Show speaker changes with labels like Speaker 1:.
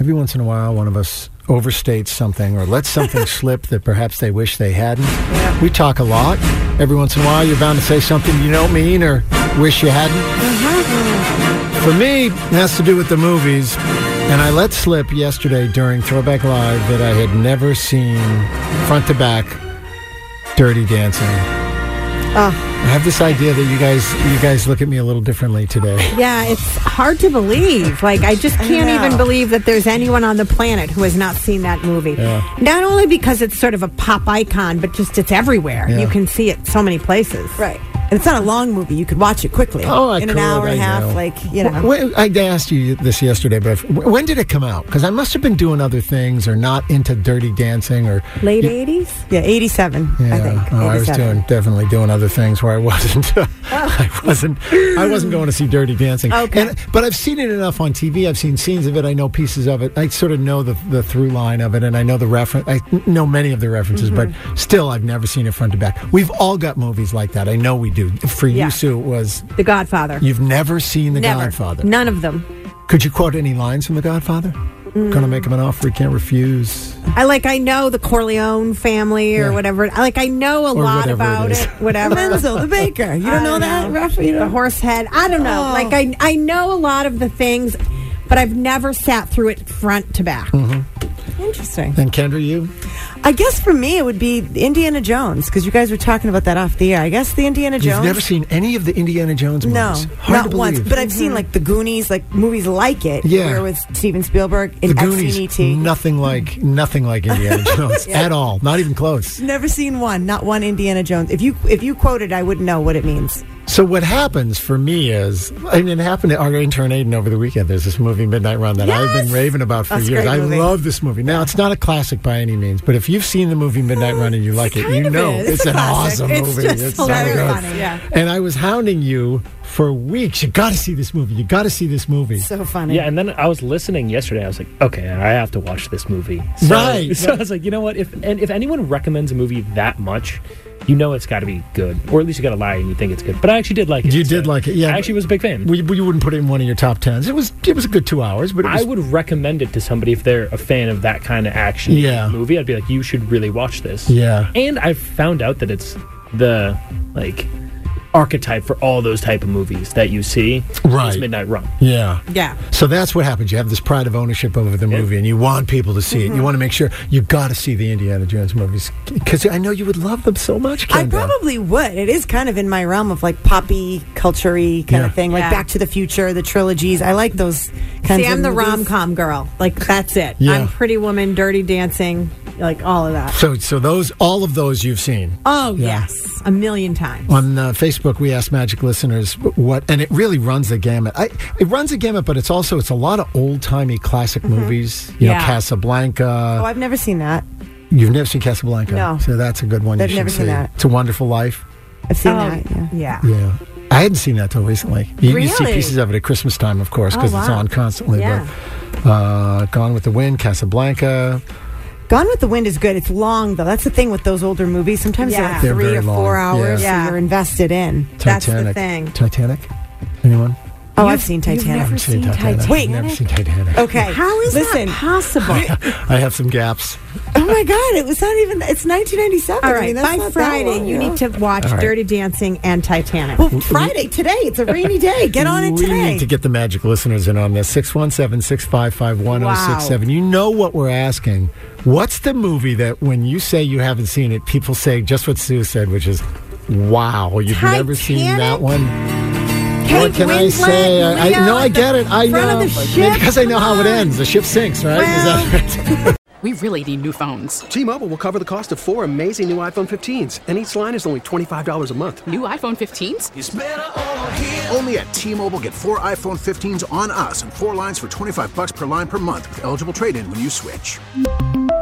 Speaker 1: Every once in a while, one of us overstates something or lets something slip that perhaps they wish they hadn't. We talk a lot. Every once in a while, you're bound to say something you don't mean or wish you hadn't. For me, it has to do with the movies. And I let slip yesterday during Throwback Live that I had never seen front to back Dirty Dancing. I have this idea that you guys you guys look at me a little differently today.
Speaker 2: Yeah, it's hard to believe. Like, I just can't even believe that there's anyone on the planet who has not seen that movie. Not only because it's sort of a pop icon, but just it's everywhere.
Speaker 1: Yeah.
Speaker 2: You can see it so many places.
Speaker 3: Right. And it's not a long movie. You could watch it quickly.
Speaker 1: Oh, I
Speaker 3: in
Speaker 1: could,
Speaker 3: an hour and a
Speaker 1: I
Speaker 3: half.
Speaker 1: know.
Speaker 3: Like you know.
Speaker 1: When, I asked you this yesterday, but if, when did it come out? Because I must have been doing other things or not into dirty dancing or.
Speaker 2: Late 80s?
Speaker 3: Yeah, eighty-seven. I think.
Speaker 1: oh, I was
Speaker 3: 87.
Speaker 1: doing definitely doing other things where I wasn't.
Speaker 2: Oh.
Speaker 1: I wasn't. I wasn't going to see Dirty Dancing.
Speaker 2: Okay.
Speaker 1: And- but I've seen it enough on TV. I've seen scenes of it. I know pieces of it. I sort of know the, the through line of it, and I know the reference. I know many of the references,
Speaker 2: Mm-hmm.
Speaker 1: but still, I've never seen it front to back. We've all got movies like that. I know we do. For
Speaker 2: Yeah.
Speaker 1: you, Sue, it was
Speaker 2: The Godfather.
Speaker 1: you've never seen The
Speaker 2: Never.
Speaker 1: Godfather.
Speaker 2: None of them.
Speaker 1: Could you quote any lines from The Godfather? Gonna make him an offer he can't refuse.
Speaker 2: I like, I know the Corleone family or
Speaker 1: Yeah.
Speaker 2: whatever. I like, I know a
Speaker 1: Or
Speaker 2: lot
Speaker 1: whatever it
Speaker 2: about
Speaker 1: is.
Speaker 2: it. Whatever.
Speaker 3: Menzel, the baker. You don't
Speaker 2: I
Speaker 3: know that? Ralph? You
Speaker 2: The
Speaker 3: don't-
Speaker 2: horse head. I don't know.
Speaker 3: Oh.
Speaker 2: Like I, I know a lot of the things, but I've never sat through it front to back.
Speaker 3: Interesting.
Speaker 1: And Kendra, you?
Speaker 3: Mm-hmm. I guess for me it would be Indiana Jones because you guys were talking about that off the air. I guess the Indiana Jones.
Speaker 1: You've never seen any of the Indiana Jones
Speaker 3: no,
Speaker 1: movies.
Speaker 3: not
Speaker 1: Hard to
Speaker 3: once.
Speaker 1: believe.
Speaker 3: But I've seen like the Goonies, like movies like it.
Speaker 1: Yeah.
Speaker 3: where it was Steven Spielberg in E
Speaker 1: the Goonies,
Speaker 3: XCET.
Speaker 1: nothing like nothing like Indiana Jones at all. Not even close.
Speaker 3: Never seen one, not one Indiana Jones. If you if you quoted, I wouldn't know what it means.
Speaker 1: So what happens for me is, and it happened to our intern Aiden over the weekend. There's this movie Midnight Run that I've been
Speaker 3: Yes!
Speaker 1: raving about for
Speaker 3: That's a
Speaker 1: years.
Speaker 3: great
Speaker 1: I
Speaker 3: movie.
Speaker 1: love this movie. Now it's not a classic by any means, but if you've seen the movie Midnight Run and you like it,
Speaker 3: kind
Speaker 1: you
Speaker 3: of
Speaker 1: know
Speaker 3: is.
Speaker 1: it's,
Speaker 3: It's a
Speaker 1: an
Speaker 3: classic.
Speaker 1: awesome
Speaker 3: It's
Speaker 1: movie.
Speaker 3: just
Speaker 1: so
Speaker 3: very
Speaker 1: good.
Speaker 3: funny, yeah.
Speaker 1: And I was hounding you for weeks. You got to see this movie. You got to see this movie.
Speaker 3: So funny.
Speaker 4: Yeah, and then I was listening yesterday. I was like, okay, I have to watch this movie. So,
Speaker 1: Right.
Speaker 4: So I was like, you know what? If and if anyone recommends a movie that much, you know it's got to be good, or at least you got to lie and you think it's good. But I actually did like it.
Speaker 1: You
Speaker 4: so
Speaker 1: did like it, yeah,
Speaker 4: I actually
Speaker 1: but-
Speaker 4: was a big fan.
Speaker 1: we, we wouldn't put it in one of your top tens. It was it was a good two hours, but it was
Speaker 4: I would recommend it to somebody if they're a fan of that kind of action
Speaker 1: Yeah.
Speaker 4: movie. I'd be like, you should really watch this.
Speaker 1: Yeah.
Speaker 4: And I've found out that it's the like archetype for all those type of movies that you see. It's
Speaker 1: Right.
Speaker 4: Midnight Run.
Speaker 1: yeah.
Speaker 2: Yeah.
Speaker 1: So that's what happens. You have this pride of ownership over the movie, and you want people to see it.
Speaker 3: Mm-hmm.
Speaker 1: You want to make sure you got to see the Indiana Jones movies because I know you would love them so much.
Speaker 3: I
Speaker 1: Kendra.
Speaker 3: probably would. It is kind of in my realm of like poppy culture kind
Speaker 1: Yeah.
Speaker 3: of thing, like
Speaker 2: Yeah.
Speaker 3: Back to the Future, the trilogies. I like those kinds
Speaker 2: See,
Speaker 3: of
Speaker 2: I'm the
Speaker 3: movies.
Speaker 2: rom com girl. Like that's it.
Speaker 1: Yeah.
Speaker 2: I'm Pretty Woman, Dirty Dancing, like all of that.
Speaker 1: So, so those, all of those you've seen.
Speaker 2: Oh
Speaker 1: Yeah.
Speaker 2: yes, a million times.
Speaker 1: On uh, Facebook, we asked Magic listeners what, and it really runs the gamut. I, it runs the gamut, but it's also it's a lot of old timey classic
Speaker 3: Mm-hmm.
Speaker 1: movies. You know,
Speaker 2: Yeah.
Speaker 1: Casablanca.
Speaker 3: Oh, I've never seen that.
Speaker 1: You've never seen Casablanca,
Speaker 3: No.
Speaker 1: So that's a good one.
Speaker 3: I've
Speaker 1: you should
Speaker 3: never
Speaker 1: see.
Speaker 3: seen that.
Speaker 1: It's a Wonderful Life.
Speaker 3: I've seen
Speaker 2: Oh,
Speaker 3: that. Yeah.
Speaker 2: yeah.
Speaker 1: Yeah. I hadn't seen that till recently. You, you see
Speaker 2: Really?
Speaker 1: pieces of it at Christmas time, of course,
Speaker 2: Oh,
Speaker 1: because it's
Speaker 2: wow.
Speaker 1: on constantly.
Speaker 2: Yeah.
Speaker 1: But, uh, Gone with the Wind, Casablanca.
Speaker 3: Gone with the Wind is good. It's long though. That's the thing with those older movies. Sometimes
Speaker 2: Yeah.
Speaker 1: They're
Speaker 3: they're like three
Speaker 1: very
Speaker 3: or four
Speaker 1: long.
Speaker 3: hours.
Speaker 2: Yeah.
Speaker 3: so you're invested in.
Speaker 1: Titanic.
Speaker 2: That's the thing.
Speaker 1: Titanic. Anyone?
Speaker 3: Oh, I've seen Titanic.
Speaker 1: I've seen Titanic.
Speaker 3: Wait.
Speaker 1: never seen Titanic.
Speaker 3: Okay.
Speaker 2: How is
Speaker 3: Listen,
Speaker 2: that possible?
Speaker 1: I have some gaps.
Speaker 3: Oh my God! It was not even. It's 1997.
Speaker 2: All
Speaker 3: I mean,
Speaker 2: right,
Speaker 3: that's
Speaker 2: by
Speaker 3: not that
Speaker 2: Friday,
Speaker 3: long
Speaker 2: you
Speaker 3: ago.
Speaker 2: need to watch
Speaker 1: All right.
Speaker 2: Dirty Dancing and Titanic.
Speaker 3: Well, Friday today. It's a rainy day. Get on it
Speaker 1: we
Speaker 3: today.
Speaker 1: need to get the magic listeners in on this. 617 655 1067. You know what we're asking. What's the movie that when you say you haven't seen it, people say just what Sue said, which is, wow, you've never seen that
Speaker 2: Titanic?
Speaker 1: one?
Speaker 2: Kate
Speaker 1: what can I
Speaker 2: Winslet,
Speaker 1: say? I, I,
Speaker 2: Leo
Speaker 1: no, I
Speaker 2: at the
Speaker 1: get it. I
Speaker 2: front of
Speaker 1: know.
Speaker 2: the ship,
Speaker 1: because I know how it
Speaker 2: come on.
Speaker 1: ends. The ship sinks, right?
Speaker 2: Well-
Speaker 1: Is that right?
Speaker 5: We really need new phones.
Speaker 6: T-Mobile will cover the cost of four amazing new iPhone 15s, and each line is only $25 a month.
Speaker 5: New iPhone 15s?
Speaker 7: Only at T-Mobile, get four iPhone 15s on us and four lines for 25 bucks per line per month with eligible trade-in when you switch.